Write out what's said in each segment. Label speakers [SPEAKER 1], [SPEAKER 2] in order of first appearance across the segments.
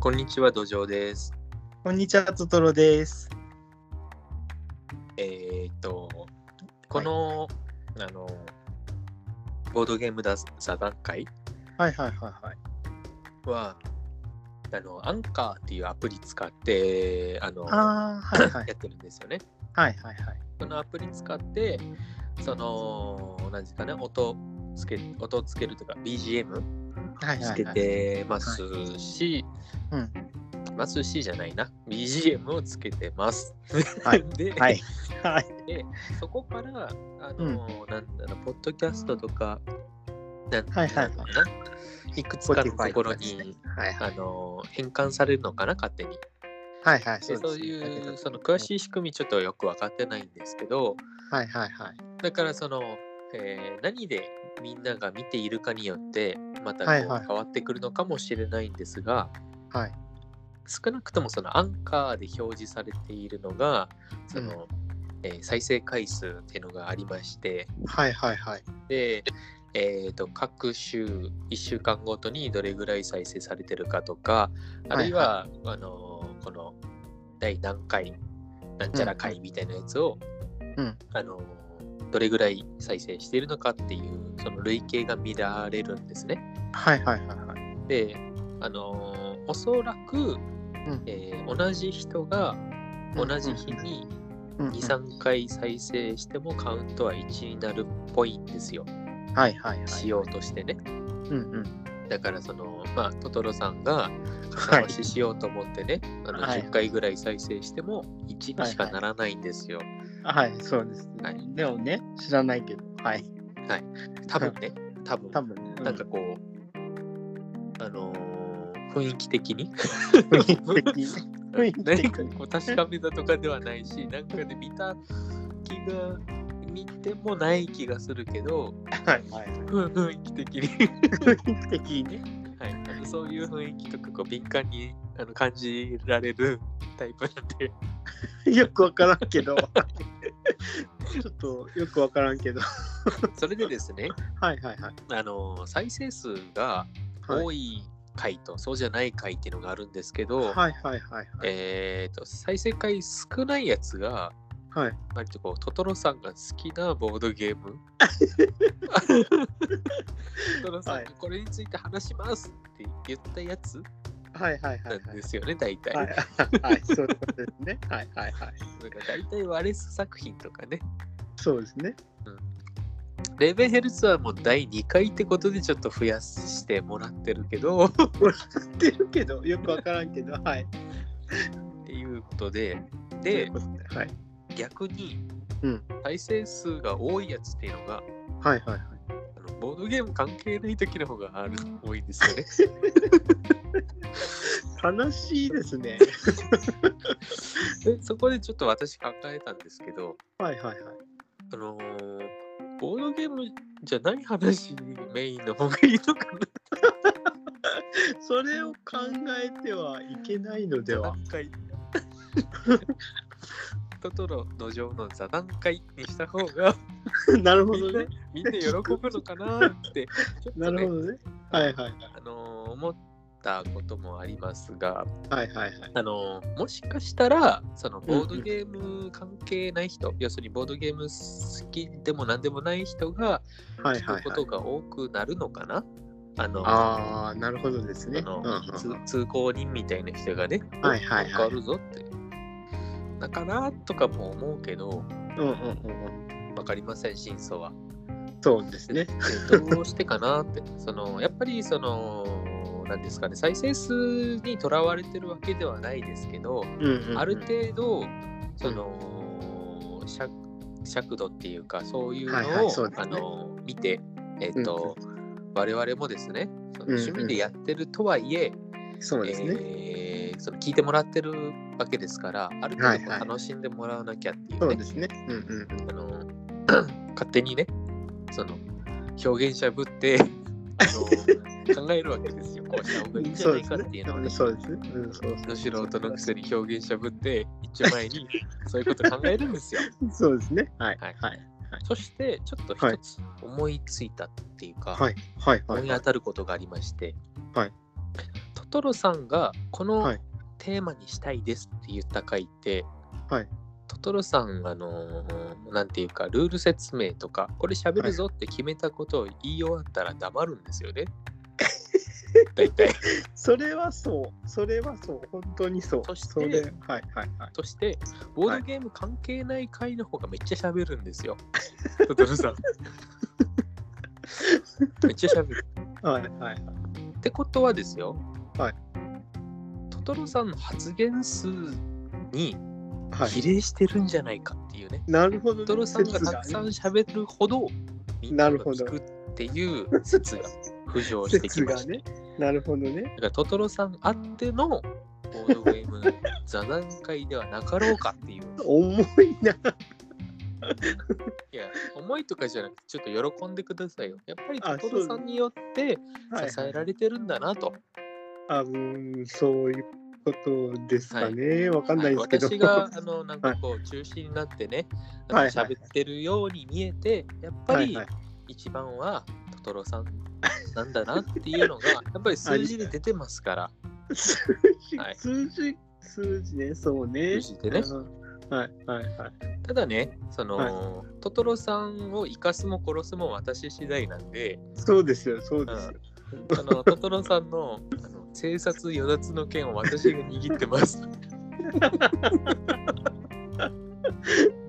[SPEAKER 1] こんにちは、土壌です。
[SPEAKER 2] こんにちは、トトロです。
[SPEAKER 1] えーっと、この、あの、ボードゲームだ座談会
[SPEAKER 2] はいはいはいはい。
[SPEAKER 1] は、あの、アンカーっていうアプリ使って、あの、
[SPEAKER 2] ああ、はいはい。
[SPEAKER 1] やってるんですよね。
[SPEAKER 2] はいはいはい。
[SPEAKER 1] そのアプリ使って、その、何ですかね、音つけ、音つけるとか、BGM
[SPEAKER 2] はい
[SPEAKER 1] つ
[SPEAKER 2] は
[SPEAKER 1] け
[SPEAKER 2] いはい。
[SPEAKER 1] てますし、
[SPEAKER 2] うん。
[SPEAKER 1] ますしじゃないな、BGM をつけてます。
[SPEAKER 2] はい
[SPEAKER 1] で、
[SPEAKER 2] はい。はい。
[SPEAKER 1] そこから、あの、なんだろう、ポッドキャストとか、なん
[SPEAKER 2] はいはいはい
[SPEAKER 1] なんだろうないくつかのところに、
[SPEAKER 2] Spotify とかですねはいは
[SPEAKER 1] あ
[SPEAKER 2] い。
[SPEAKER 1] の変換されるのかな、勝手に。
[SPEAKER 2] はいはい。
[SPEAKER 1] でそういう、その詳し
[SPEAKER 2] い。
[SPEAKER 1] い仕組み、ちょっとよく分かってないんですけど、
[SPEAKER 2] はいはいはい。
[SPEAKER 1] だから、その、えー何でみんなが見ているかによって、またこう
[SPEAKER 2] はいはい
[SPEAKER 1] 変わってくるのかもしれないんですが、
[SPEAKER 2] はい。
[SPEAKER 1] 少なくともそのアンカーで表示されているのがその、えー再生回数っていうのがありまして
[SPEAKER 2] はいはいはい。
[SPEAKER 1] で、えー、と各週1週間ごとにどれぐらい再生されてるかとかあるいは、あのーこの第何回なんちゃら回みたいなやつを、
[SPEAKER 2] うん
[SPEAKER 1] あのーどれぐらい再生しているのかっていうその累計が見られるんですね。
[SPEAKER 2] はいはいはいはい。
[SPEAKER 1] で、あのーおそらく、
[SPEAKER 2] ん
[SPEAKER 1] えー同じ人が同じ日に
[SPEAKER 2] うん
[SPEAKER 1] 2、3回再生してもカウントは1になるっぽいんですよ、
[SPEAKER 2] はいはいはい。
[SPEAKER 1] しようとしてね。
[SPEAKER 2] うんうん。
[SPEAKER 1] だからその、まあ、トトロさんが
[SPEAKER 2] はい
[SPEAKER 1] 話ししようと思ってね、あの
[SPEAKER 2] はい
[SPEAKER 1] 10回ぐらい再生しても1にしかならないんですよ。
[SPEAKER 2] はい、そうです
[SPEAKER 1] は
[SPEAKER 2] ね
[SPEAKER 1] い。
[SPEAKER 2] でもね、知らないけど、はい。
[SPEAKER 1] 多分ね、多分
[SPEAKER 2] 多分ね。
[SPEAKER 1] なんかこう、あのー雰囲気的に
[SPEAKER 2] うん、雰囲気的に。雰囲気的
[SPEAKER 1] 何かこう確かめたとかではないし、なんかで見た気が、見てもない気がするけど、
[SPEAKER 2] はいはい。
[SPEAKER 1] 雰囲気的に、
[SPEAKER 2] 雰囲気的にね。
[SPEAKER 1] はい、あのそういう雰囲気とかこう敏感にあの感じられるタイプなんで、
[SPEAKER 2] よくわからんけど。ちょっとよくわからんけど。
[SPEAKER 1] それでですね、
[SPEAKER 2] はいはいはい。
[SPEAKER 1] あの再生数が多い回と、そうじゃない回っていうのがあるんですけど、
[SPEAKER 2] はいはいはいはい。
[SPEAKER 1] えー、と再生回少ないやつが
[SPEAKER 2] はい、
[SPEAKER 1] 割とこうトトロさんが好きなボードゲー ムトトロさんがこれについて話しますって言ったやつ
[SPEAKER 2] はいはいは
[SPEAKER 1] ないんですよね、大体、
[SPEAKER 2] はい。 はいはい、そういうことですね。はいはいはい。
[SPEAKER 1] なんか大体ワレス作品とかね
[SPEAKER 2] そうですね。
[SPEAKER 1] レーベンヘルツはもう第2回ってことでちょっと増やしてもらってるけ どっ
[SPEAKER 2] 知ってるけど、よくわからんけど、はい。
[SPEAKER 1] ていうことで
[SPEAKER 2] とい
[SPEAKER 1] で
[SPEAKER 2] うことではい。
[SPEAKER 1] 逆に
[SPEAKER 2] うん
[SPEAKER 1] 再生数が多いやつっていうのが
[SPEAKER 2] はいはいはい。
[SPEAKER 1] あのボードゲーム関係ない時の方がある多いんですよね。
[SPEAKER 2] 悲しいですね。
[SPEAKER 1] でそこでちょっと私考えたんですけど、
[SPEAKER 2] はいはいはい。
[SPEAKER 1] あのーボードゲームじゃない話メインの方がいいのかな
[SPEAKER 2] それを考えてはいけないので
[SPEAKER 1] 座
[SPEAKER 2] は
[SPEAKER 1] 談。 会トトロの上の座談会にした方 が
[SPEAKER 2] なるほ
[SPEAKER 1] みん
[SPEAKER 2] ど
[SPEAKER 1] な
[SPEAKER 2] ね。
[SPEAKER 1] みんな喜ぶのかなってちょっ
[SPEAKER 2] な
[SPEAKER 1] と、
[SPEAKER 2] る
[SPEAKER 1] ね
[SPEAKER 2] ほどね。はいはいはい。
[SPEAKER 1] あのー思ったこともありますが、
[SPEAKER 2] はいはいはい。
[SPEAKER 1] あのーもしかしたらそのボードゲーム関係ない人、要するにボードゲーム好きでも何でもない人が
[SPEAKER 2] はい
[SPEAKER 1] 聞
[SPEAKER 2] は
[SPEAKER 1] く
[SPEAKER 2] い
[SPEAKER 1] こ
[SPEAKER 2] は
[SPEAKER 1] と
[SPEAKER 2] い。
[SPEAKER 1] が多くなるのかな、あの
[SPEAKER 2] ああ、なるほどですね。
[SPEAKER 1] あ
[SPEAKER 2] うんうん
[SPEAKER 1] の
[SPEAKER 2] う
[SPEAKER 1] 通
[SPEAKER 2] ん
[SPEAKER 1] 通行人みたいな人がね、
[SPEAKER 2] はいはい
[SPEAKER 1] 変
[SPEAKER 2] は
[SPEAKER 1] わ
[SPEAKER 2] い。
[SPEAKER 1] るぞって。だからとかも思うけど、
[SPEAKER 2] うんうんうん
[SPEAKER 1] わかりません、真相は。
[SPEAKER 2] うん。そうですね。
[SPEAKER 1] でどうしてかなって、 そのやっぱりその、なんですかね、再生数にとらわれてるわけではないですけど、
[SPEAKER 2] うんうんうん。
[SPEAKER 1] ある程度、その、尺尺度っていうか、そういう
[SPEAKER 2] はいは
[SPEAKER 1] のを、
[SPEAKER 2] いそうです
[SPEAKER 1] あ
[SPEAKER 2] ね
[SPEAKER 1] の見て、えっ、と、我々もですね、その
[SPEAKER 2] うんうん
[SPEAKER 1] 趣味でやってるとはいえ、
[SPEAKER 2] そうですね。
[SPEAKER 1] えーその聞いてもらってるわけですから、ある
[SPEAKER 2] は
[SPEAKER 1] 程
[SPEAKER 2] い
[SPEAKER 1] 度
[SPEAKER 2] はい
[SPEAKER 1] 楽しんでもらわなきゃっていう
[SPEAKER 2] そう
[SPEAKER 1] ね、
[SPEAKER 2] ですね。うんうんうん。
[SPEAKER 1] あの 勝手にね、その表現者ぶ ってあの考えるわけですよ。こうした方がいいんじゃ
[SPEAKER 2] そう
[SPEAKER 1] ない
[SPEAKER 2] です
[SPEAKER 1] かっ
[SPEAKER 2] ね
[SPEAKER 1] ていうのを。ね。
[SPEAKER 2] そうですね。うん、そう
[SPEAKER 1] の
[SPEAKER 2] です
[SPEAKER 1] 素人のくせに表現者ぶって一丁前に そういうこと考えるんですよ。
[SPEAKER 2] そうですね。はい。
[SPEAKER 1] は
[SPEAKER 2] はいい。はい。
[SPEAKER 1] そしてちょっと一つ思いついたっていうか、
[SPEAKER 2] はい。はい。
[SPEAKER 1] 思い
[SPEAKER 2] は
[SPEAKER 1] 当
[SPEAKER 2] い。
[SPEAKER 1] たることがありまして、
[SPEAKER 2] はい
[SPEAKER 1] トトロさんがこ
[SPEAKER 2] は
[SPEAKER 1] の
[SPEAKER 2] い
[SPEAKER 1] テーマにしたいですって言った回って、
[SPEAKER 2] はい
[SPEAKER 1] トトロさん、あのーなんていうか、ルール説明とか、これ喋るぞって決めたことを言い終わったら黙るんですよね。大体。
[SPEAKER 2] それはそう。それはそう。本当にそう。
[SPEAKER 1] そして
[SPEAKER 2] れはいはいはい。
[SPEAKER 1] として、ボードゲーム関係ない回の方がめっちゃ喋るんですよ。トトロ さん。めっちゃ喋る。
[SPEAKER 2] はいはい。
[SPEAKER 1] ってことはですよ。
[SPEAKER 2] はい。
[SPEAKER 1] トトロさんの発言数に
[SPEAKER 2] はい、
[SPEAKER 1] 比例してるんじゃないかっていうね。
[SPEAKER 2] なるほど、ね。
[SPEAKER 1] トトロさんがたくさん喋るほど、みんなが聞くっていう説が浮上してき
[SPEAKER 2] 説
[SPEAKER 1] ま
[SPEAKER 2] が
[SPEAKER 1] し
[SPEAKER 2] 説
[SPEAKER 1] た。
[SPEAKER 2] がね。なるほどね。
[SPEAKER 1] だからトトロさんあってのボードゲーム座談会ではなかろうかっていう。
[SPEAKER 2] 重いな。
[SPEAKER 1] いや、思いとかじゃなくて、ちょっと喜んでくださいよ。やっぱり
[SPEAKER 2] あ
[SPEAKER 1] トトロさんによって
[SPEAKER 2] はい
[SPEAKER 1] 支えられてるんだなと。
[SPEAKER 2] あ、うん、そういうことですかね。わ、かんないですけど。
[SPEAKER 1] 私が あのなんかこう中心になってね、
[SPEAKER 2] はい
[SPEAKER 1] あの喋ってるように見えて、やっぱり
[SPEAKER 2] はいはい
[SPEAKER 1] 一番はトトロさんなんだなっていう のが、やっぱり数字で出てますから。
[SPEAKER 2] 数字、
[SPEAKER 1] はい
[SPEAKER 2] 数字、数字ね、そう
[SPEAKER 1] 数
[SPEAKER 2] ね。
[SPEAKER 1] 字でね
[SPEAKER 2] うんはいはいはい。
[SPEAKER 1] ただね、その、トトロさんを生かすも殺すも私次第なんで、
[SPEAKER 2] そうですよ、そうですよ。
[SPEAKER 1] あのトトロさんのあの生殺与奪の剣を私が握って ます。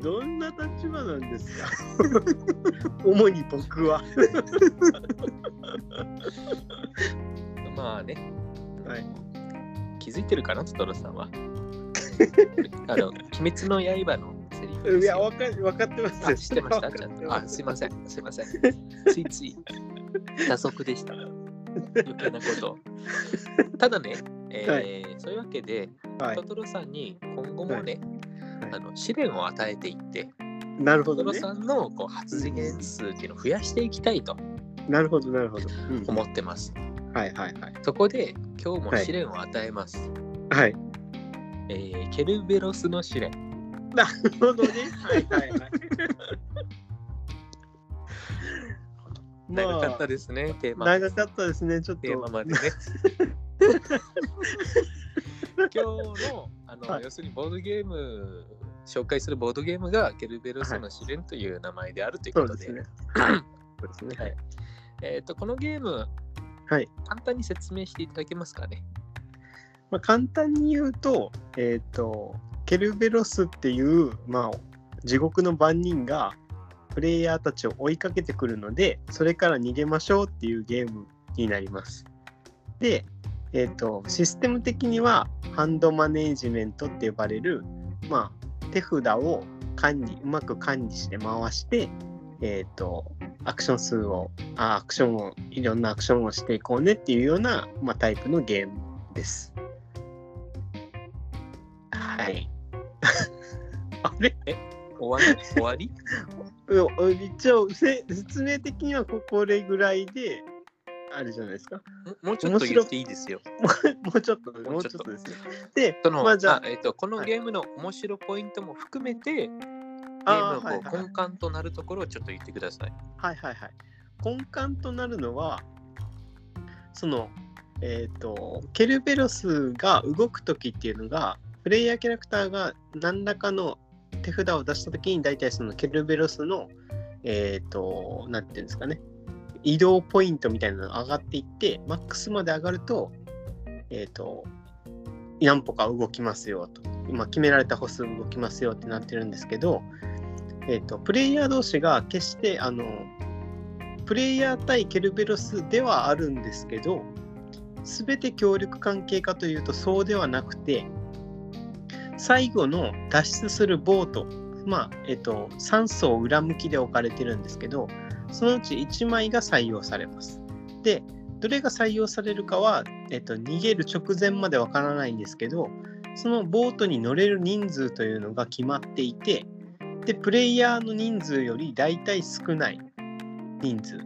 [SPEAKER 2] どんな立場なんです か主に僕は。
[SPEAKER 1] まあね、
[SPEAKER 2] はい、
[SPEAKER 1] 気づいてるかな、トトロさん は。あの、鬼滅の刃のセリフですよ。
[SPEAKER 2] いや、わかわかってます
[SPEAKER 1] あ
[SPEAKER 2] よ。
[SPEAKER 1] 知ってましたちゃんと。あ、すいません。すい ません。ついつい、打足でした。余計なことを。ただね、えー
[SPEAKER 2] は
[SPEAKER 1] そういうわけで、
[SPEAKER 2] はい
[SPEAKER 1] トトロさんに今後もね、
[SPEAKER 2] はい
[SPEAKER 1] あの試練を与えていって、
[SPEAKER 2] ん。なるほ
[SPEAKER 1] トト
[SPEAKER 2] ど
[SPEAKER 1] ロ
[SPEAKER 2] ね。
[SPEAKER 1] さんのこう発言数っていうのを増やしていきたいと
[SPEAKER 2] なるほど、なるほど。うん
[SPEAKER 1] 思ってます。
[SPEAKER 2] はいはいはい。
[SPEAKER 1] そこで、今日も試練を与えます。
[SPEAKER 2] はい。
[SPEAKER 1] えーケルベロスの試練。
[SPEAKER 2] なるほどね。はいはいはい。ま
[SPEAKER 1] 長かった
[SPEAKER 2] あ、
[SPEAKER 1] ですね、テーマ。
[SPEAKER 2] 長かったですね、ちょっ
[SPEAKER 1] テーマ
[SPEAKER 2] と。
[SPEAKER 1] まで ね。今日のあの、
[SPEAKER 2] はい
[SPEAKER 1] 要するにボードゲーム紹介するボードゲームがケルベロスの試練という名前であるという
[SPEAKER 2] そ
[SPEAKER 1] こ
[SPEAKER 2] う
[SPEAKER 1] と
[SPEAKER 2] で
[SPEAKER 1] で、
[SPEAKER 2] すね。そうですね。
[SPEAKER 1] はいえー、とこのゲーム、
[SPEAKER 2] はい
[SPEAKER 1] 簡単に説明していただけますか ね。
[SPEAKER 2] まあ、簡単に言うと,、えー、とケルベロスっていう、まあ、地獄の番人がプレイヤーたちを追いかけてくるのでそれから逃げましょうっていうゲームになります。で、えー、とシステム的にはハンドマネージメントって呼ばれる、まあ、手札を管理うまく管理して回して、えー、とアクション数をあアクションをいろんなアクションをしていこうねっていうような、まあ、タイプのゲームです。はい。あれ
[SPEAKER 1] 終わり終わり
[SPEAKER 2] うう一応せ説明的にはここれぐらいであれじゃないですか。
[SPEAKER 1] ももうちょっと言っていいですよ。
[SPEAKER 2] もうちょっと
[SPEAKER 1] も
[SPEAKER 2] も
[SPEAKER 1] う
[SPEAKER 2] う
[SPEAKER 1] ちょっと
[SPEAKER 2] ちょっとですね。で、
[SPEAKER 1] その
[SPEAKER 2] まあじゃあ
[SPEAKER 1] あえー、とこの
[SPEAKER 2] はい
[SPEAKER 1] ゲームの面白ポイントも含めて、ゲー
[SPEAKER 2] あー
[SPEAKER 1] ムのこう
[SPEAKER 2] はいはい
[SPEAKER 1] 根幹となるところをちょっと言ってください。
[SPEAKER 2] はいはいはい。根幹となるのはそのえっ、とケルベロスが動く時っていうのがプレイヤーキャラクターが何らかの手札を出した時に大体そのケルベロスのえっ、となんていうんですかね移動ポイントみたいなのが上がっていってマックスまで上がるとえっ、と何歩か動きますよと今決められた歩数動きますよってなってるんですけど、えっとプレイヤー同士が決してあのプレイヤー対ケルベロスではあるんですけど全て協力関係かというとそうではなくて最後の脱出するボートまあえっと3層裏向きで置かれてるんですけどそのうち1枚が採用されます。でどれが採用されるかは、えっと、逃げる直前までわからないんですけどそのボートに乗れる人数というのが決まっていてでプレイヤーの人数より大体少ない人数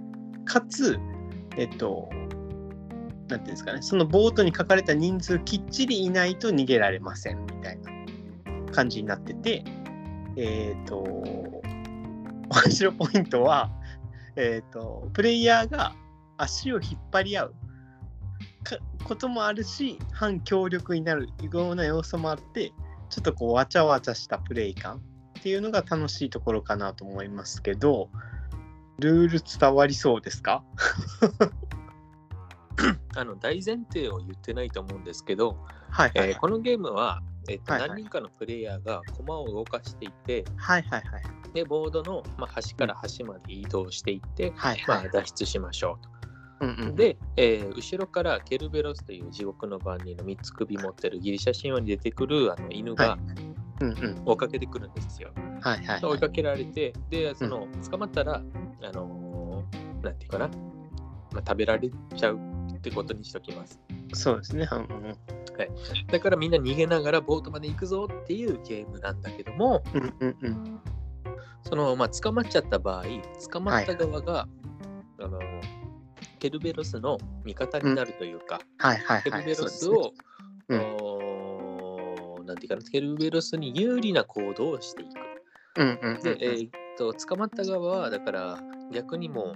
[SPEAKER 2] かつえっとなんていうんですかねそのボートに書かれた人数きっちりいないと逃げられませんみたいな感じになっててえっと面白いポイントはえっとプレイヤーが足を引っ張り合うかこともあるし反協力になるような要素もあってちょっとこうわちゃわちゃしたプレイ感っていうのが楽しいところかなと思いますけどルール伝わりそうですか
[SPEAKER 1] あの大前提を言ってないと思うんですけど、
[SPEAKER 2] はいはい
[SPEAKER 1] えーこのゲームは、えっと
[SPEAKER 2] はいはい
[SPEAKER 1] 何人かのプレイヤーが駒を動かしていて
[SPEAKER 2] はいはいはい
[SPEAKER 1] でボードの、まあ、端から端まで移動していって、
[SPEAKER 2] はい
[SPEAKER 1] ま
[SPEAKER 2] は
[SPEAKER 1] あ、
[SPEAKER 2] い
[SPEAKER 1] 脱出しましょうと。
[SPEAKER 2] うんうん
[SPEAKER 1] で、えー後ろからケルベロスという地獄の番人の3つ首持ってるギリシャ神話に出てくるあの犬
[SPEAKER 2] は
[SPEAKER 1] が
[SPEAKER 2] うんうん
[SPEAKER 1] 追いかけてくるんですよ。
[SPEAKER 2] はいはい
[SPEAKER 1] 追
[SPEAKER 2] はいい
[SPEAKER 1] かけられてでその捕まったら、あのーなんていうかな、まあ、食べられちゃうってことにしときます。
[SPEAKER 2] そうですねうんうん
[SPEAKER 1] だからみんな逃げながらボートまで行くぞっていうゲームなんだけども
[SPEAKER 2] うんうんうん
[SPEAKER 1] そのまあ捕まっちゃった場合捕まった側が、あのケルベロスの味方になるというか、
[SPEAKER 2] はいはい
[SPEAKER 1] ケ
[SPEAKER 2] は
[SPEAKER 1] ル
[SPEAKER 2] い
[SPEAKER 1] ベ
[SPEAKER 2] そう
[SPEAKER 1] ロ
[SPEAKER 2] です
[SPEAKER 1] ス
[SPEAKER 2] ね
[SPEAKER 1] を、
[SPEAKER 2] うん
[SPEAKER 1] おーなんていうかなケルベロスに有利な行動をしていく。
[SPEAKER 2] うんうんうん
[SPEAKER 1] で、えーっと捕まった側はだから逆にもう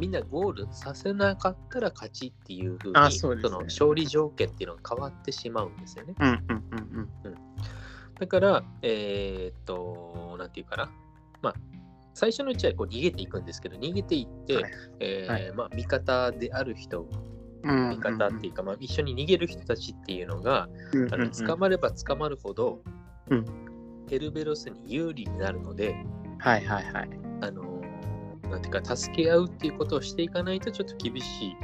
[SPEAKER 1] みんなゴールさせなかったら勝ちっていうふうに
[SPEAKER 2] あそうですね
[SPEAKER 1] その勝利条件っていうのが変わってしまうんですよね。
[SPEAKER 2] うんうんうんうん
[SPEAKER 1] だから、えーっと、なんていうかな。まあ、最初のうちはこう逃げていくんですけど、逃げていって、
[SPEAKER 2] はい
[SPEAKER 1] えー
[SPEAKER 2] はい
[SPEAKER 1] まあ、味方である人、
[SPEAKER 2] うん
[SPEAKER 1] 味方っていうか、まあ、一緒に逃げる人たちっていうのが、
[SPEAKER 2] うんうん
[SPEAKER 1] あ
[SPEAKER 2] う
[SPEAKER 1] の
[SPEAKER 2] ん
[SPEAKER 1] 捕まれば捕まるほど、
[SPEAKER 2] うん
[SPEAKER 1] ヘルベロスに有利になるので、
[SPEAKER 2] はいはいはい
[SPEAKER 1] あのーなんていうか、助け合うっていうことをしていかないとちょっと厳し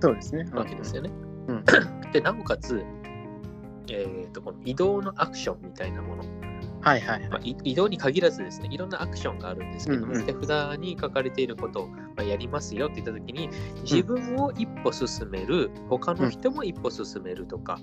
[SPEAKER 2] そうですね
[SPEAKER 1] いわけですよね。
[SPEAKER 2] うん
[SPEAKER 1] で、なおかつ、えーっとこの移動のアクションみたいなもの
[SPEAKER 2] はいはい
[SPEAKER 1] まあ、い移動に限らずですねいろんなアクションがあるんですけども、
[SPEAKER 2] うんうん
[SPEAKER 1] 手札に書かれていることを、まあ、やりますよって言った時に自分を一歩進める他の人も一歩進めるとか、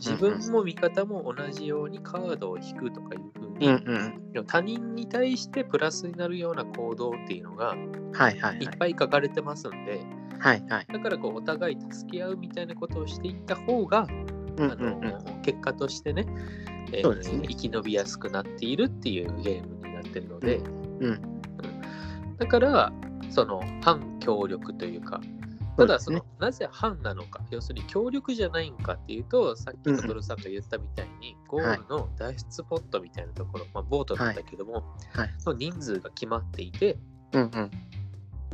[SPEAKER 1] 自分も味方も同じようにカードを引くとかいうふう
[SPEAKER 2] うん
[SPEAKER 1] に、
[SPEAKER 2] うん
[SPEAKER 1] でも他人に対してプラスになるような行動っていうのが
[SPEAKER 2] はいはい
[SPEAKER 1] いっぱい書かれてますんで、
[SPEAKER 2] はいはい
[SPEAKER 1] だからこうお互い助け合うみたいなことをしていった方が、
[SPEAKER 2] うん
[SPEAKER 1] あの
[SPEAKER 2] うんうん
[SPEAKER 1] 結果としてね,、えー
[SPEAKER 2] そうですね
[SPEAKER 1] 生き延びやすくなっているっていうゲームになってるので、
[SPEAKER 2] うんう
[SPEAKER 1] だからその反協力というか
[SPEAKER 2] そ
[SPEAKER 1] た
[SPEAKER 2] うで
[SPEAKER 1] だ
[SPEAKER 2] す
[SPEAKER 1] そ
[SPEAKER 2] ね
[SPEAKER 1] のなぜ反なのか要するに協力じゃないんかっていうとさっき
[SPEAKER 2] うんうん
[SPEAKER 1] のトロさんが言ったみたいに、ゴールの脱出ポットみたいなところ、まあ、ボートなんだけども、
[SPEAKER 2] はい
[SPEAKER 1] の人数が決まっていて
[SPEAKER 2] うんうん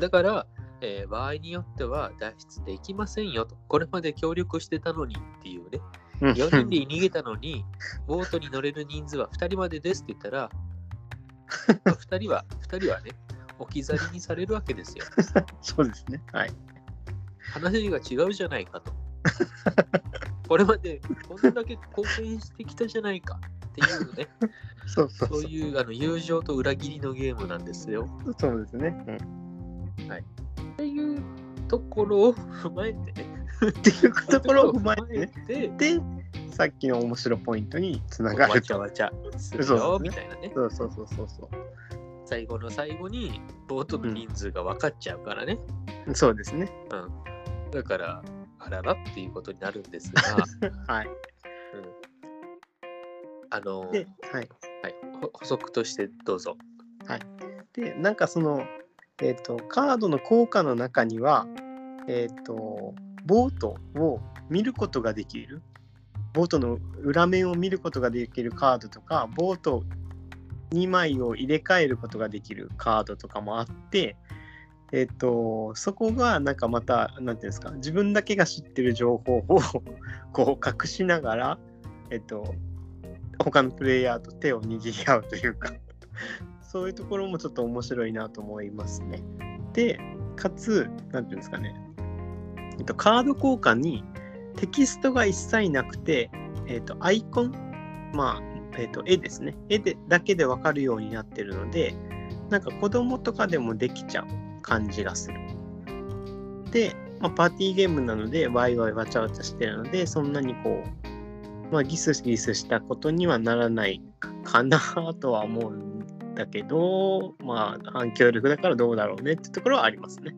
[SPEAKER 1] だから、えー場合によっては脱出できませんよとこれまで協力してたのにっていうね
[SPEAKER 2] うん
[SPEAKER 1] 4人で逃げたのに、ボートに乗れる人数は2人までですって言った ら、2人は、2人はね、置き去りにされるわけですよ。
[SPEAKER 2] そうですね。はい。
[SPEAKER 1] 話が違うじゃないかと。これまでこんだけ貢献してきたじゃないかっていうね、
[SPEAKER 2] そうそう
[SPEAKER 1] そ
[SPEAKER 2] そう
[SPEAKER 1] う。いうあの友情と裏切りのゲームなんですよ。
[SPEAKER 2] そうですね。うん、
[SPEAKER 1] っていうところを踏まえてね。
[SPEAKER 2] っていうところを踏まえて、ね、
[SPEAKER 1] て、
[SPEAKER 2] で、さっきの面白ポイントにつなが
[SPEAKER 1] わ
[SPEAKER 2] る
[SPEAKER 1] ちゃ
[SPEAKER 2] と。
[SPEAKER 1] わちゃする
[SPEAKER 2] そ
[SPEAKER 1] よ
[SPEAKER 2] うで
[SPEAKER 1] み
[SPEAKER 2] す
[SPEAKER 1] たいなね。
[SPEAKER 2] そうそうそうそうそ
[SPEAKER 1] 最後の最後に、ボートの人数が分かっちゃうからね。
[SPEAKER 2] う。そうですね。
[SPEAKER 1] だから、あららっていうことになるんです が、
[SPEAKER 2] はい。
[SPEAKER 1] あの、
[SPEAKER 2] で、はい。
[SPEAKER 1] はい、ほ補足としてどうぞ。
[SPEAKER 2] で、なんかその、えっ、と、カードの効果の中には、えっ、と、ボートを見ることができる。ボートの裏面を見ることができるカードとか、ボート2枚を入れ替えることができるカードとかもあって、えっと、そこがなんかまた何ていうんですか自分だけが知ってる情報を こう隠しながら、えっと、他のプレイヤーと手を握り合うというかそういうところもちょっと面白いなと思いますね。でかつ何ていうんですかね、えっと、カード交換にテキストが一切なくて、えっと、アイコンまあ、えっと絵ですね絵でだけで分かるようになってるのでなんか子供とかでもできちゃう感じがする。で、まあ、パーティーゲームなのでワイワイわちゃわちゃしてるのでそんなにこう、まあ、ギスギスしたことにはならないかなとは思うんだけどまあ反響力だからどうだろうねってところはありますね。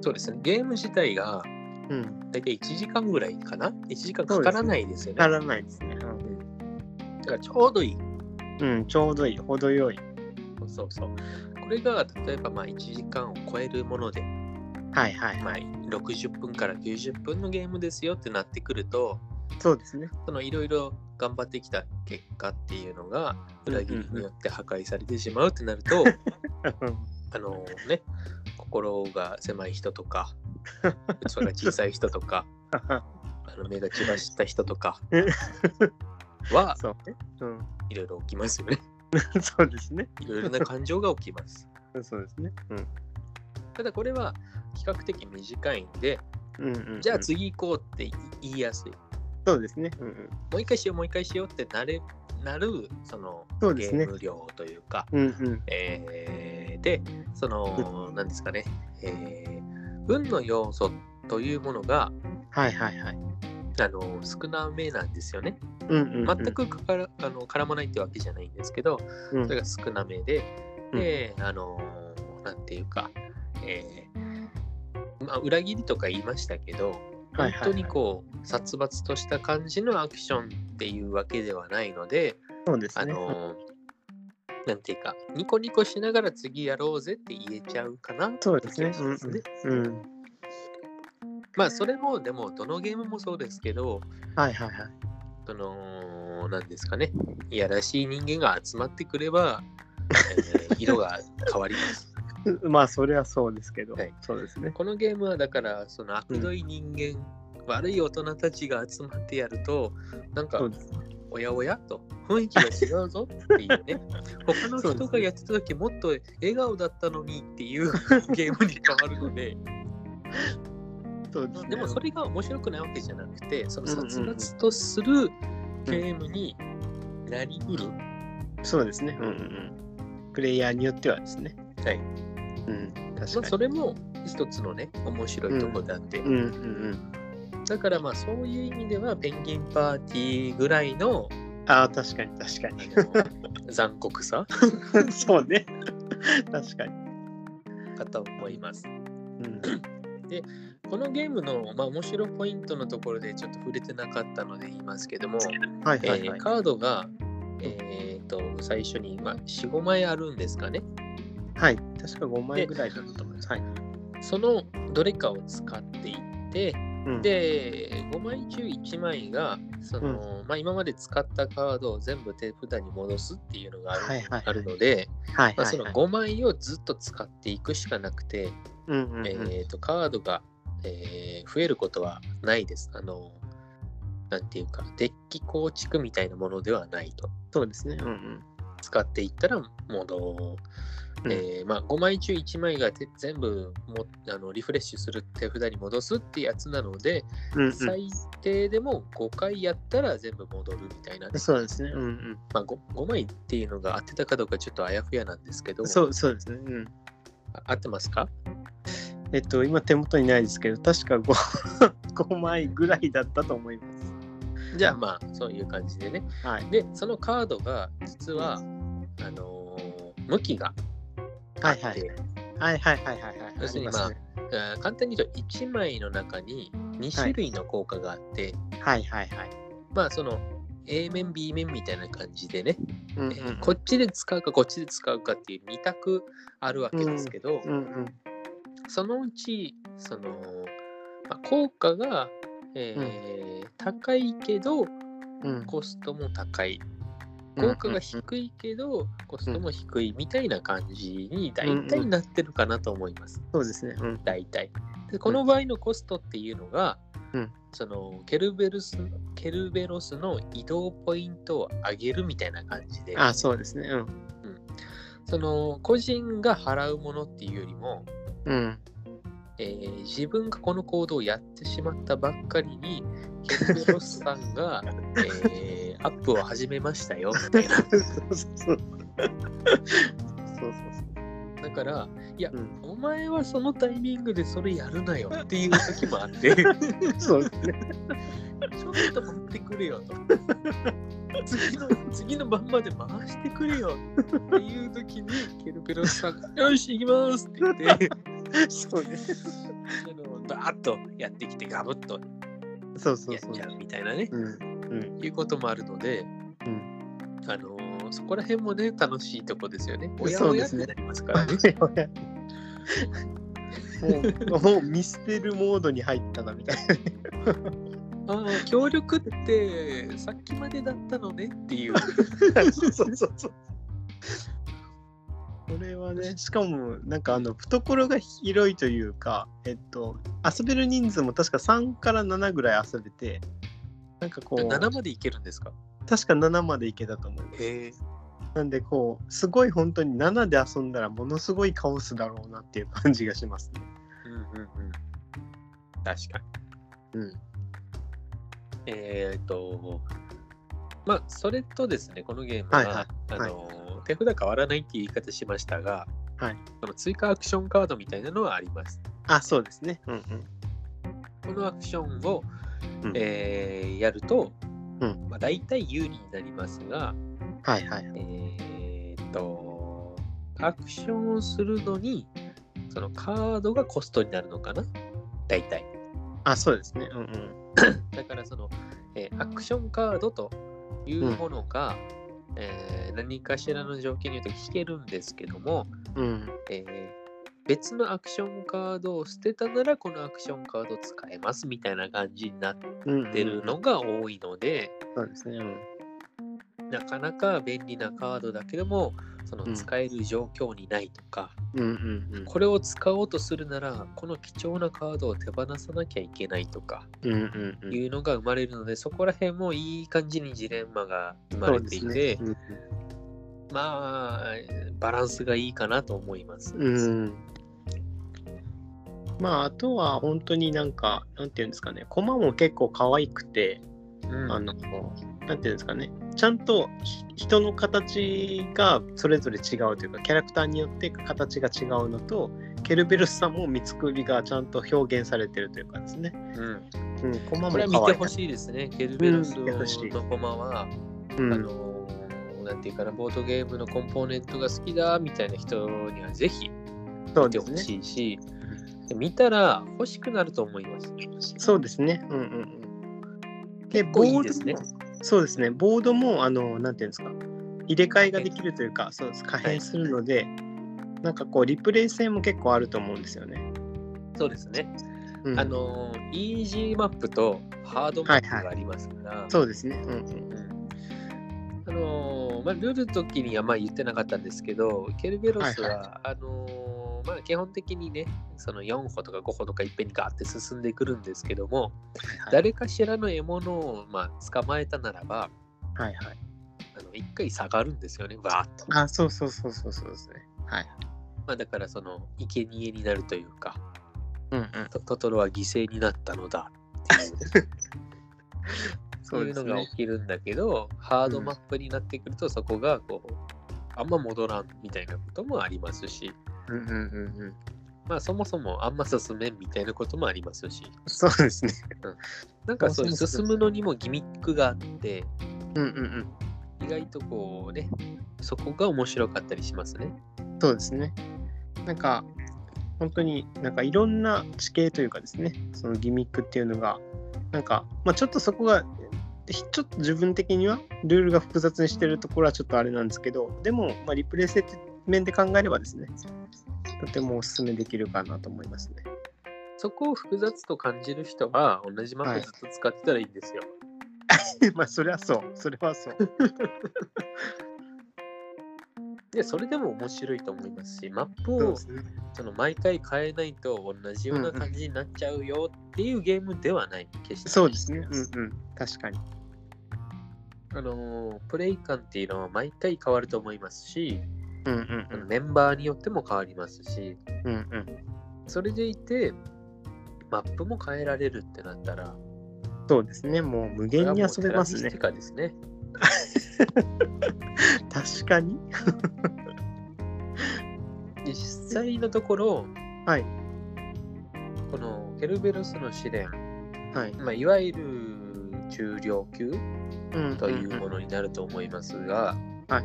[SPEAKER 1] そうですね、ゲーム自体が
[SPEAKER 2] うん。
[SPEAKER 1] 大体1時間ぐらいかな ?1 時間かからないですよね。
[SPEAKER 2] ならないですね。
[SPEAKER 1] だからちょうどいい。
[SPEAKER 2] うん、ちょうどいい、程よい。
[SPEAKER 1] そうそう。これが例えばまあ1時間を超えるもので
[SPEAKER 2] はいはい
[SPEAKER 1] ま
[SPEAKER 2] は
[SPEAKER 1] あ
[SPEAKER 2] い。、
[SPEAKER 1] 60分から90分のゲームですよってなってくると
[SPEAKER 2] そうですね。
[SPEAKER 1] そのいろいろ頑張ってきた結果っていうのが裏切りによって破壊されてしまうってなると、あのね心が狭い人と か器が小さい人とかあの目が血走った人と かは
[SPEAKER 2] そうね。う
[SPEAKER 1] いろいろ起きますよね。
[SPEAKER 2] ん。 そうですね。
[SPEAKER 1] いろいろな感情が起きます。
[SPEAKER 2] そうですね。
[SPEAKER 1] ただこれは比較的短いんで、
[SPEAKER 2] うん。うんうん。
[SPEAKER 1] じゃあ次行こうって言いやすい。
[SPEAKER 2] そうですね。うんうん。
[SPEAKER 1] もう一回しよう、もう一回しようってなれなるその
[SPEAKER 2] そうで
[SPEAKER 1] ゲ
[SPEAKER 2] すね
[SPEAKER 1] ーム量というか、
[SPEAKER 2] うんうん。
[SPEAKER 1] えーで、その、何ですかね、えー運の要素というものが、
[SPEAKER 2] はいはいはい。
[SPEAKER 1] あの少なめなんですよね。
[SPEAKER 2] うんうん、うん。
[SPEAKER 1] 全くかからあの絡まないってわけじゃないんですけど、
[SPEAKER 2] うん、
[SPEAKER 1] それが少なめで、
[SPEAKER 2] うん
[SPEAKER 1] で、あのー、なんていうか、えーまあ、裏切りとか言いましたけど、
[SPEAKER 2] はいはいはい
[SPEAKER 1] 本当にこう、殺伐とした感じのアクションっていうわけではないので、
[SPEAKER 2] そうです
[SPEAKER 1] あ
[SPEAKER 2] ね。
[SPEAKER 1] のー、なんていうか、ニコニコしながら次やろうぜって言えちゃうかな
[SPEAKER 2] そうですね
[SPEAKER 1] って。気
[SPEAKER 2] うん
[SPEAKER 1] が
[SPEAKER 2] う
[SPEAKER 1] しますね
[SPEAKER 2] ん。うん。
[SPEAKER 1] まあ、それも、でも、どのゲームもそうですけど、
[SPEAKER 2] はいはいはい。
[SPEAKER 1] その、なんですかね、いやらしい人間が集まってくれ ば、えー色が変わります。
[SPEAKER 2] うまあ、それはそうですけど。
[SPEAKER 1] はい
[SPEAKER 2] そうですね。
[SPEAKER 1] このゲームはだからその悪どい人間、悪い大人たちが集まってやるとなんか
[SPEAKER 2] そうです。
[SPEAKER 1] おやおやと雰囲気が違うぞっていう ね他の
[SPEAKER 2] そうで
[SPEAKER 1] 人が
[SPEAKER 2] すね
[SPEAKER 1] やってた時もっと笑顔だったのにっていう ゲームに変わるので
[SPEAKER 2] そうですね。
[SPEAKER 1] でもそれが面白くないわけじゃなくてその殺伐とするゲームになりうる、
[SPEAKER 2] そうですね。うんうんうん。プレイヤーによってはですね。
[SPEAKER 1] はい
[SPEAKER 2] うん。確か
[SPEAKER 1] まあ、
[SPEAKER 2] に。
[SPEAKER 1] それも一つのね面白いとこであって、
[SPEAKER 2] うんうん
[SPEAKER 1] だからまあそういう意味ではペンギンパーティーぐらい の
[SPEAKER 2] うん。ああ、確かに確かに。
[SPEAKER 1] あの残酷さ
[SPEAKER 2] そうね。確かに。
[SPEAKER 1] かと思います。
[SPEAKER 2] うん、
[SPEAKER 1] このゲームの、まあ、面白ポイントのところでちょっと触れてなかったので言いますけども、
[SPEAKER 2] はい
[SPEAKER 1] え
[SPEAKER 2] はい
[SPEAKER 1] ー
[SPEAKER 2] はい。
[SPEAKER 1] カードが、えー、と最初に、まあ、45枚あるんですかね
[SPEAKER 2] はい。確か5枚ぐらいだったと思います。はい。
[SPEAKER 1] そのどれかを使っていって
[SPEAKER 2] うん、
[SPEAKER 1] で5枚中1枚がその、まあ、今まで使ったカードを全部手札に戻すっていうのがある,、
[SPEAKER 2] はいはいはい
[SPEAKER 1] あるので、
[SPEAKER 2] はい
[SPEAKER 1] まあ、
[SPEAKER 2] は
[SPEAKER 1] そ
[SPEAKER 2] い
[SPEAKER 1] の
[SPEAKER 2] はい。
[SPEAKER 1] 5枚をずっと使っていくしかなくて、
[SPEAKER 2] うんうんうん
[SPEAKER 1] えー、とカードが、えー増えることはないです。あの、なんていうか、デッキ構築みたいなものではないと。
[SPEAKER 2] そうですね。うんうん。
[SPEAKER 1] 使っていったら戻
[SPEAKER 2] うん
[SPEAKER 1] えーまあ、5枚中1枚がて全部もあのリフレッシュする手札に戻すってやつなので、
[SPEAKER 2] うんうん
[SPEAKER 1] 最低でも5回やったら全部戻るみたいなね、
[SPEAKER 2] そうですね。うん
[SPEAKER 1] まあ5。5枚っていうのが合ってたかどうかちょっとあやふやなんですけ
[SPEAKER 2] う
[SPEAKER 1] ど、
[SPEAKER 2] ん。そうそうですね。うん。
[SPEAKER 1] あ合ってますか
[SPEAKER 2] えっと、今手元にないですけど、確か 5, 5枚ぐらいだったと思います。
[SPEAKER 1] じゃあまあそういう感じでね、
[SPEAKER 2] はい。
[SPEAKER 1] で、そのカードが実は、あのー向きがあ
[SPEAKER 2] は
[SPEAKER 1] っ
[SPEAKER 2] い
[SPEAKER 1] て、
[SPEAKER 2] はい。はいはいはいはいはい。
[SPEAKER 1] 要するに
[SPEAKER 2] りすね
[SPEAKER 1] えー簡単に言うと1枚の中に2種類の効果があって、
[SPEAKER 2] はいはいはい。
[SPEAKER 1] まあその A 面 B 面みたいな感じでね、
[SPEAKER 2] うんう
[SPEAKER 1] えー
[SPEAKER 2] ん
[SPEAKER 1] こっちで使うかこっちで使うかっていう2択あるわけですけど、
[SPEAKER 2] うんうん。
[SPEAKER 1] そのうちその、まあ効果が、えー高いけど
[SPEAKER 2] うん
[SPEAKER 1] コストも高い
[SPEAKER 2] うん
[SPEAKER 1] 効果が低いけど、コストも低いみたいな感じに大
[SPEAKER 2] うんう
[SPEAKER 1] 体
[SPEAKER 2] ん
[SPEAKER 1] なってるかなと思います。
[SPEAKER 2] そうですね。うん。
[SPEAKER 1] 大体。で、この場合のコストっていうのが、
[SPEAKER 2] うん
[SPEAKER 1] そのケルベルス、ケルベロスの移動ポイントを上げるみたいな感じで、
[SPEAKER 2] あ、そうですね。うん。
[SPEAKER 1] その個人が払うものっていうよりも、
[SPEAKER 2] うん。
[SPEAKER 1] えー自分がこの行動をやってしまったばっかりに、ケルベロスさん が、えーアップを始めましたよみたいな。
[SPEAKER 2] そうそうそう。そうそうそう。
[SPEAKER 1] だから、いや、
[SPEAKER 2] うん
[SPEAKER 1] お前はそのタイミングでそれやるなよっていう時もあって、 ちょ
[SPEAKER 2] そうですね。
[SPEAKER 1] っと待ってくれよと。次の次の番まで回してくれよっていう時に、ケルペロスさんが、よし、行きますって言って、
[SPEAKER 2] そうね。
[SPEAKER 1] あのバーッとやってきて、ガブッと
[SPEAKER 2] そうそう
[SPEAKER 1] や
[SPEAKER 2] そ
[SPEAKER 1] っ
[SPEAKER 2] う
[SPEAKER 1] ち。ゃうみたいなね、
[SPEAKER 2] うん。 うん。
[SPEAKER 1] いうこともあるので、
[SPEAKER 2] うん。
[SPEAKER 1] あのーそこら辺もね、楽しいとこですよね。おや
[SPEAKER 2] そ
[SPEAKER 1] お
[SPEAKER 2] うで
[SPEAKER 1] やっ
[SPEAKER 2] す
[SPEAKER 1] て
[SPEAKER 2] ね
[SPEAKER 1] なりますからね。
[SPEAKER 2] おやもうもう見捨てるモードに入ったなみたいな。
[SPEAKER 1] ああ、協力ってさっきまでだったのねっていう。
[SPEAKER 2] そうそうそうそう。これはね、しかも、なんかあの、懐が広いというか、えっと、遊べる人数も確か3から7ぐらい遊べて、なんかこう、
[SPEAKER 1] 7までいけるんですか
[SPEAKER 2] 確か7までいけたと思います。
[SPEAKER 1] へえ。
[SPEAKER 2] なんでこう、すごい本当に7で遊んだらものすごいカオスだろうなっていう感じがしますね。
[SPEAKER 1] うんうんうん。確かに。
[SPEAKER 2] うん。
[SPEAKER 1] えっ、と、まあ、それとですね、このゲーム
[SPEAKER 2] はいは、
[SPEAKER 1] はいあの、手札変わらないっていう言い方しましたが、
[SPEAKER 2] はい
[SPEAKER 1] その追加アクションカードみたいなのはあります。
[SPEAKER 2] あ、そうですね。うんうん。
[SPEAKER 1] このアクションを、
[SPEAKER 2] うん
[SPEAKER 1] えーやると、
[SPEAKER 2] うん
[SPEAKER 1] まあ、大体有利になりますが、
[SPEAKER 2] はいはい。
[SPEAKER 1] えーっと、アクションをするのに、そのカードがコストになるのかな大体。
[SPEAKER 2] あ、そうですね。うんうん。
[SPEAKER 1] だからその、えーアクションカードというものが、えー何かしらの条件によって引けるんですけども、
[SPEAKER 2] うん。
[SPEAKER 1] えー別のアクションカードを捨てたならこのアクションカード使えますみたいな感じになっ
[SPEAKER 2] うんうん
[SPEAKER 1] てるのが多いので、
[SPEAKER 2] そうですね。うん。
[SPEAKER 1] なかなか便利なカードだけどもその
[SPEAKER 2] うん
[SPEAKER 1] 使える状況にないとか、
[SPEAKER 2] うんうんうん。
[SPEAKER 1] これを使おうとするならこの貴重なカードを手放さなきゃいけないとか
[SPEAKER 2] うんうんうん。
[SPEAKER 1] いうのが生まれるので、そこら辺もいい感じにジレンマが生ま
[SPEAKER 2] そ
[SPEAKER 1] れ
[SPEAKER 2] う
[SPEAKER 1] て
[SPEAKER 2] で
[SPEAKER 1] い
[SPEAKER 2] す
[SPEAKER 1] て、
[SPEAKER 2] ね。うん
[SPEAKER 1] まあバランスがいいかなと思います。
[SPEAKER 2] うん。まあ、あとは本当になんか、なんていうんですかね、コマも結構可愛くて、
[SPEAKER 1] うん
[SPEAKER 2] あの、なんていうんですかね、ちゃんとひ人の形がそれぞれ違うというか、キャラクターによって形が違うのと、ケルベロスさんも三つ首がちゃんと表現されてるというかですね。
[SPEAKER 1] うん
[SPEAKER 2] うん、コマ
[SPEAKER 1] こ
[SPEAKER 2] も可
[SPEAKER 1] れ
[SPEAKER 2] 愛。
[SPEAKER 1] はい見てほしいですね。ケルベロス
[SPEAKER 2] うん見てほしい
[SPEAKER 1] のコマは、
[SPEAKER 2] うん
[SPEAKER 1] あのなんていうかなボードゲームのコンポーネントが好きだみたいな人にはぜひ
[SPEAKER 2] そう
[SPEAKER 1] 見て
[SPEAKER 2] で
[SPEAKER 1] ほ
[SPEAKER 2] すね。
[SPEAKER 1] しいし、見たら欲しくなると思います。
[SPEAKER 2] そうですね。うんうんうん。で、
[SPEAKER 1] 構
[SPEAKER 2] ボ
[SPEAKER 1] い
[SPEAKER 2] ー
[SPEAKER 1] い
[SPEAKER 2] ド
[SPEAKER 1] ですね
[SPEAKER 2] もそうですね。ボードも、あの、なんていうんですか、入れ替えができるというか、そうです。可変するので、なんかこう、リプレイ性も結構あると思うんですよね。
[SPEAKER 1] そうですね。
[SPEAKER 2] うん、
[SPEAKER 1] あ、のイージーマップとハードマップがありますから、
[SPEAKER 2] そうですね。うんうん。
[SPEAKER 1] うんあのーまあ、ルールの時にはまあ言ってなかったんですけど、ケルベロスは、
[SPEAKER 2] はい
[SPEAKER 1] あのーまあ、基本的にね、その4歩とか5歩とかいっぺんにガーって進んでくるんですけども、
[SPEAKER 2] はい
[SPEAKER 1] 誰かしらの獲物をまあ捕まえたならば、
[SPEAKER 2] はいはい。
[SPEAKER 1] あの1回下がるんですよね、わーっと。
[SPEAKER 2] あ、そうそうそうそうそうですね。はい。
[SPEAKER 1] まあ、だから、その生贄になるというか、
[SPEAKER 2] うんうん。
[SPEAKER 1] トトロは犠牲になったのだっていうねそういうのが起きるんだけど、ハードマップになってくるとそこがこうあんま戻らんみたいなこともありますし、
[SPEAKER 2] うんうんうんうん。
[SPEAKER 1] まあ、そもそもあんま進めんみたいなこともありますし
[SPEAKER 2] そうですね。
[SPEAKER 1] なんかそういう
[SPEAKER 2] そうそうそう
[SPEAKER 1] 進むのにもギミックがあって
[SPEAKER 2] うんうん
[SPEAKER 1] 意外とこうねそこが面白かったりしますね。
[SPEAKER 2] うん。そうですね。なんか、本当になんかいろんな地形というかですね、そのギミックっていうのが、なんか、まあ、ちょっとそこが、ひちょっと自分的にはルールが複雑にしてるところはちょっとあれなんですけど、でも、まあ、リプレイ性って面で考えればですね、とてもおすすめできるかなと思いますね。
[SPEAKER 1] そこを複雑と感じる人は同じマップずっと使ってたらいいんですよ。
[SPEAKER 2] まあ、それはそう、それはそう。
[SPEAKER 1] でそれでも面白いと思いますしマップ
[SPEAKER 2] そう
[SPEAKER 1] を
[SPEAKER 2] ですね。
[SPEAKER 1] その毎回変えないと同じような感じになっちゃうよっていうゲームではない。決して。
[SPEAKER 2] そうですね。うんうん。確かに。
[SPEAKER 1] あのープレイ感っていうのは毎回変わると思いますし、
[SPEAKER 2] うんうんうん。
[SPEAKER 1] メンバーによっても変わりますし、
[SPEAKER 2] うんうん。
[SPEAKER 1] それでいて、マップも変えられるってなったら、
[SPEAKER 2] そうですね。もう無限に遊べます
[SPEAKER 1] これはもうテラミス
[SPEAKER 2] ね
[SPEAKER 1] ティ。カですね。
[SPEAKER 2] 確かに。
[SPEAKER 1] で実際のところ、
[SPEAKER 2] はい。
[SPEAKER 1] このケルベロスの試練、
[SPEAKER 2] はい。
[SPEAKER 1] まあ、いわゆる重量級
[SPEAKER 2] うん
[SPEAKER 1] というものになると思いますが、
[SPEAKER 2] はい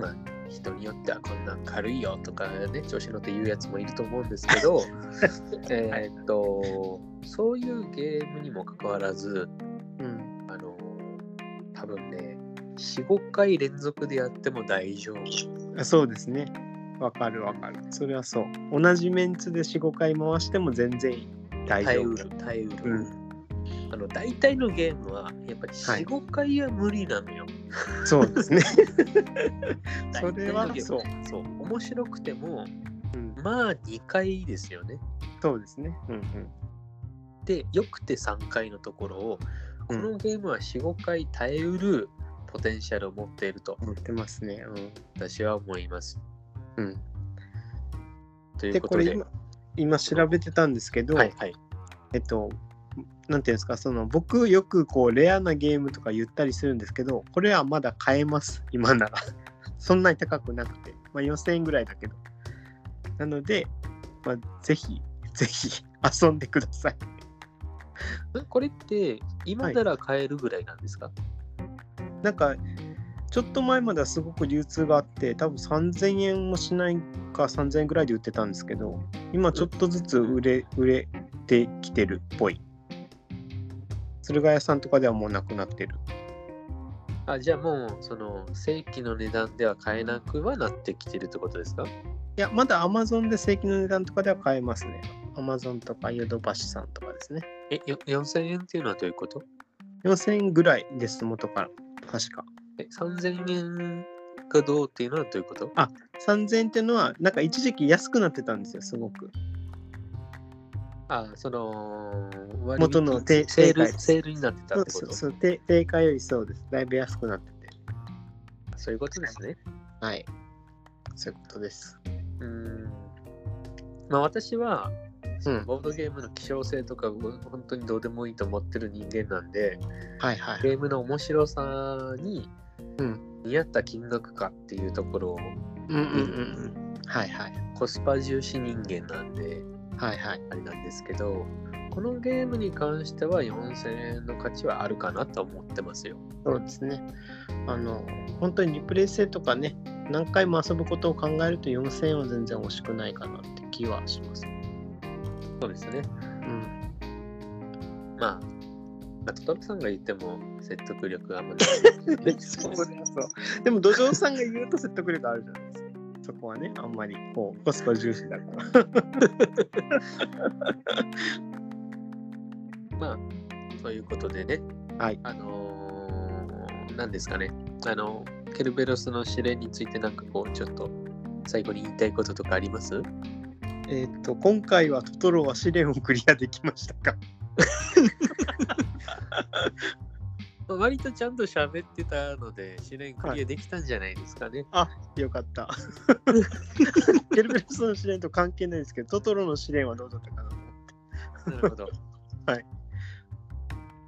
[SPEAKER 1] まあ、人によってはこんなん軽いよとかね調子乗って言うやつもいると思うんですけ どえーっとそういうゲームにもかかわらず
[SPEAKER 2] うん
[SPEAKER 1] あの多分ね45回連続でやっても大丈夫
[SPEAKER 2] うんそうですね。わかるわかる。それはそう。同じメンツで4、5回回しても全然大
[SPEAKER 1] 耐え
[SPEAKER 2] 丈
[SPEAKER 1] う
[SPEAKER 2] 夫
[SPEAKER 1] る。耐えう
[SPEAKER 2] う
[SPEAKER 1] る、
[SPEAKER 2] ん、
[SPEAKER 1] あの大体のゲームはやっぱり
[SPEAKER 2] は
[SPEAKER 1] 45
[SPEAKER 2] い、
[SPEAKER 1] 5回は無理なのよ
[SPEAKER 2] そうです ね。そ
[SPEAKER 1] 大体
[SPEAKER 2] れは
[SPEAKER 1] のゲーム
[SPEAKER 2] そう。
[SPEAKER 1] そう面白くても
[SPEAKER 2] うん、
[SPEAKER 1] まあ2回ですよね
[SPEAKER 2] そうですね。うん
[SPEAKER 1] でよくて3回のところをこのゲームは45回耐えうるポテンシャルを持っていると
[SPEAKER 2] うん。持ってますね。うん。
[SPEAKER 1] 私は思います
[SPEAKER 2] うん、
[SPEAKER 1] とい
[SPEAKER 2] で
[SPEAKER 1] うこ
[SPEAKER 2] ことれ
[SPEAKER 1] で
[SPEAKER 2] 今今調べてたんですけど、
[SPEAKER 1] はいはい
[SPEAKER 2] えっとなんていうんですかその僕よくこうレアなゲームとか言ったりするんですけどこれはまだ買えます今なら そんなに高くなくて、まあ、4000円ぐらいだけどなので、まあ、ぜひぜひ遊んでください
[SPEAKER 1] んこれって今なら買えるぐらいなんですか、
[SPEAKER 2] なんかちょっと前まではすごく流通があって多分3000円もしないか3000円ぐらいで売ってたんですけど今ちょっとずつ売れ売れてきてるっぽい駿河屋さんとかではもうなくなってる
[SPEAKER 1] あじゃあもうその正規の値段では買えなくはなってきてるってことですか
[SPEAKER 2] いや、まだ Amazon で正規の値段とかでは買えますね。Amazon とかヨドバシさんとかですね。
[SPEAKER 1] えよ4000円っていうのはどういうこと
[SPEAKER 2] 4000円ぐらいです、元から。確か。
[SPEAKER 1] え3000円がどうっていうのはどういうこと
[SPEAKER 2] 3000円っていうのは、なんか一時期安くなってたんですよ、すごく。
[SPEAKER 1] あその割引
[SPEAKER 2] 元の定
[SPEAKER 1] セー
[SPEAKER 2] 定価で
[SPEAKER 1] ル
[SPEAKER 2] す
[SPEAKER 1] セールになってたってこ
[SPEAKER 2] そう
[SPEAKER 1] と
[SPEAKER 2] そう定定価よりそうです。だいぶ安くなってて。
[SPEAKER 1] そういうことですね。
[SPEAKER 2] はい。そういうことです。
[SPEAKER 1] うーん。まあ私は、そうの
[SPEAKER 2] ん
[SPEAKER 1] ボードゲームの希少性とか、本当にどうでもいいと思ってる人間なんで、
[SPEAKER 2] はいはい。
[SPEAKER 1] ゲームの面白さに
[SPEAKER 2] うん
[SPEAKER 1] 見合った金額かっていうところを、
[SPEAKER 2] うんうんうんうん。はいはい。
[SPEAKER 1] コスパ重視人間なんで、
[SPEAKER 2] はいはい。
[SPEAKER 1] あれなんですけど、このゲームに関しては4000円の価値はあるかなと思ってますよ。
[SPEAKER 2] そうですね。あの、本当にリプレイ性とかね、何回も遊ぶことを考えると4000円は全然惜しくないかなって気はします。
[SPEAKER 1] そうですね。
[SPEAKER 2] うん。
[SPEAKER 1] まあ、まあ、トトロさんが言っても説得力があんま ない。
[SPEAKER 2] そうそうでも、土壌さんが言うと説得力あるじゃないですか。そこはね、あんまりこうコスパ重視だから。
[SPEAKER 1] まあ、ということでね、
[SPEAKER 2] はい
[SPEAKER 1] あのー、何ですかね、あの、ケルベロスの指令についてなんかこう、ちょっと最後に言いたいこととかあります
[SPEAKER 2] えっ、と、今回はトトロは試練をクリアできましたか
[SPEAKER 1] 割とちゃんと喋ってたので、指令クリアできたんじゃないですかね。
[SPEAKER 2] よかった。ケルベロスの試練と関係ないですけど、トトロの試練はどうだったかな
[SPEAKER 1] なるほど。
[SPEAKER 2] はい。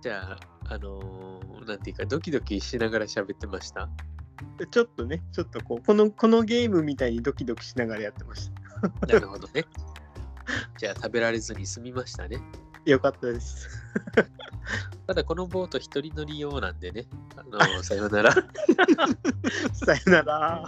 [SPEAKER 1] じゃあ、あのー、なんていうか、ドキドキしながら喋ってました。
[SPEAKER 2] でちょっとね、ちょっとこう、このこのゲームみたいにドキドキしながらやってました。
[SPEAKER 1] なるほどね。じゃあ、食べられずに済みましたね。
[SPEAKER 2] よかったです。
[SPEAKER 1] ただ、このボート一人乗り用なんでね、あのー、さようなら。
[SPEAKER 2] さよなら。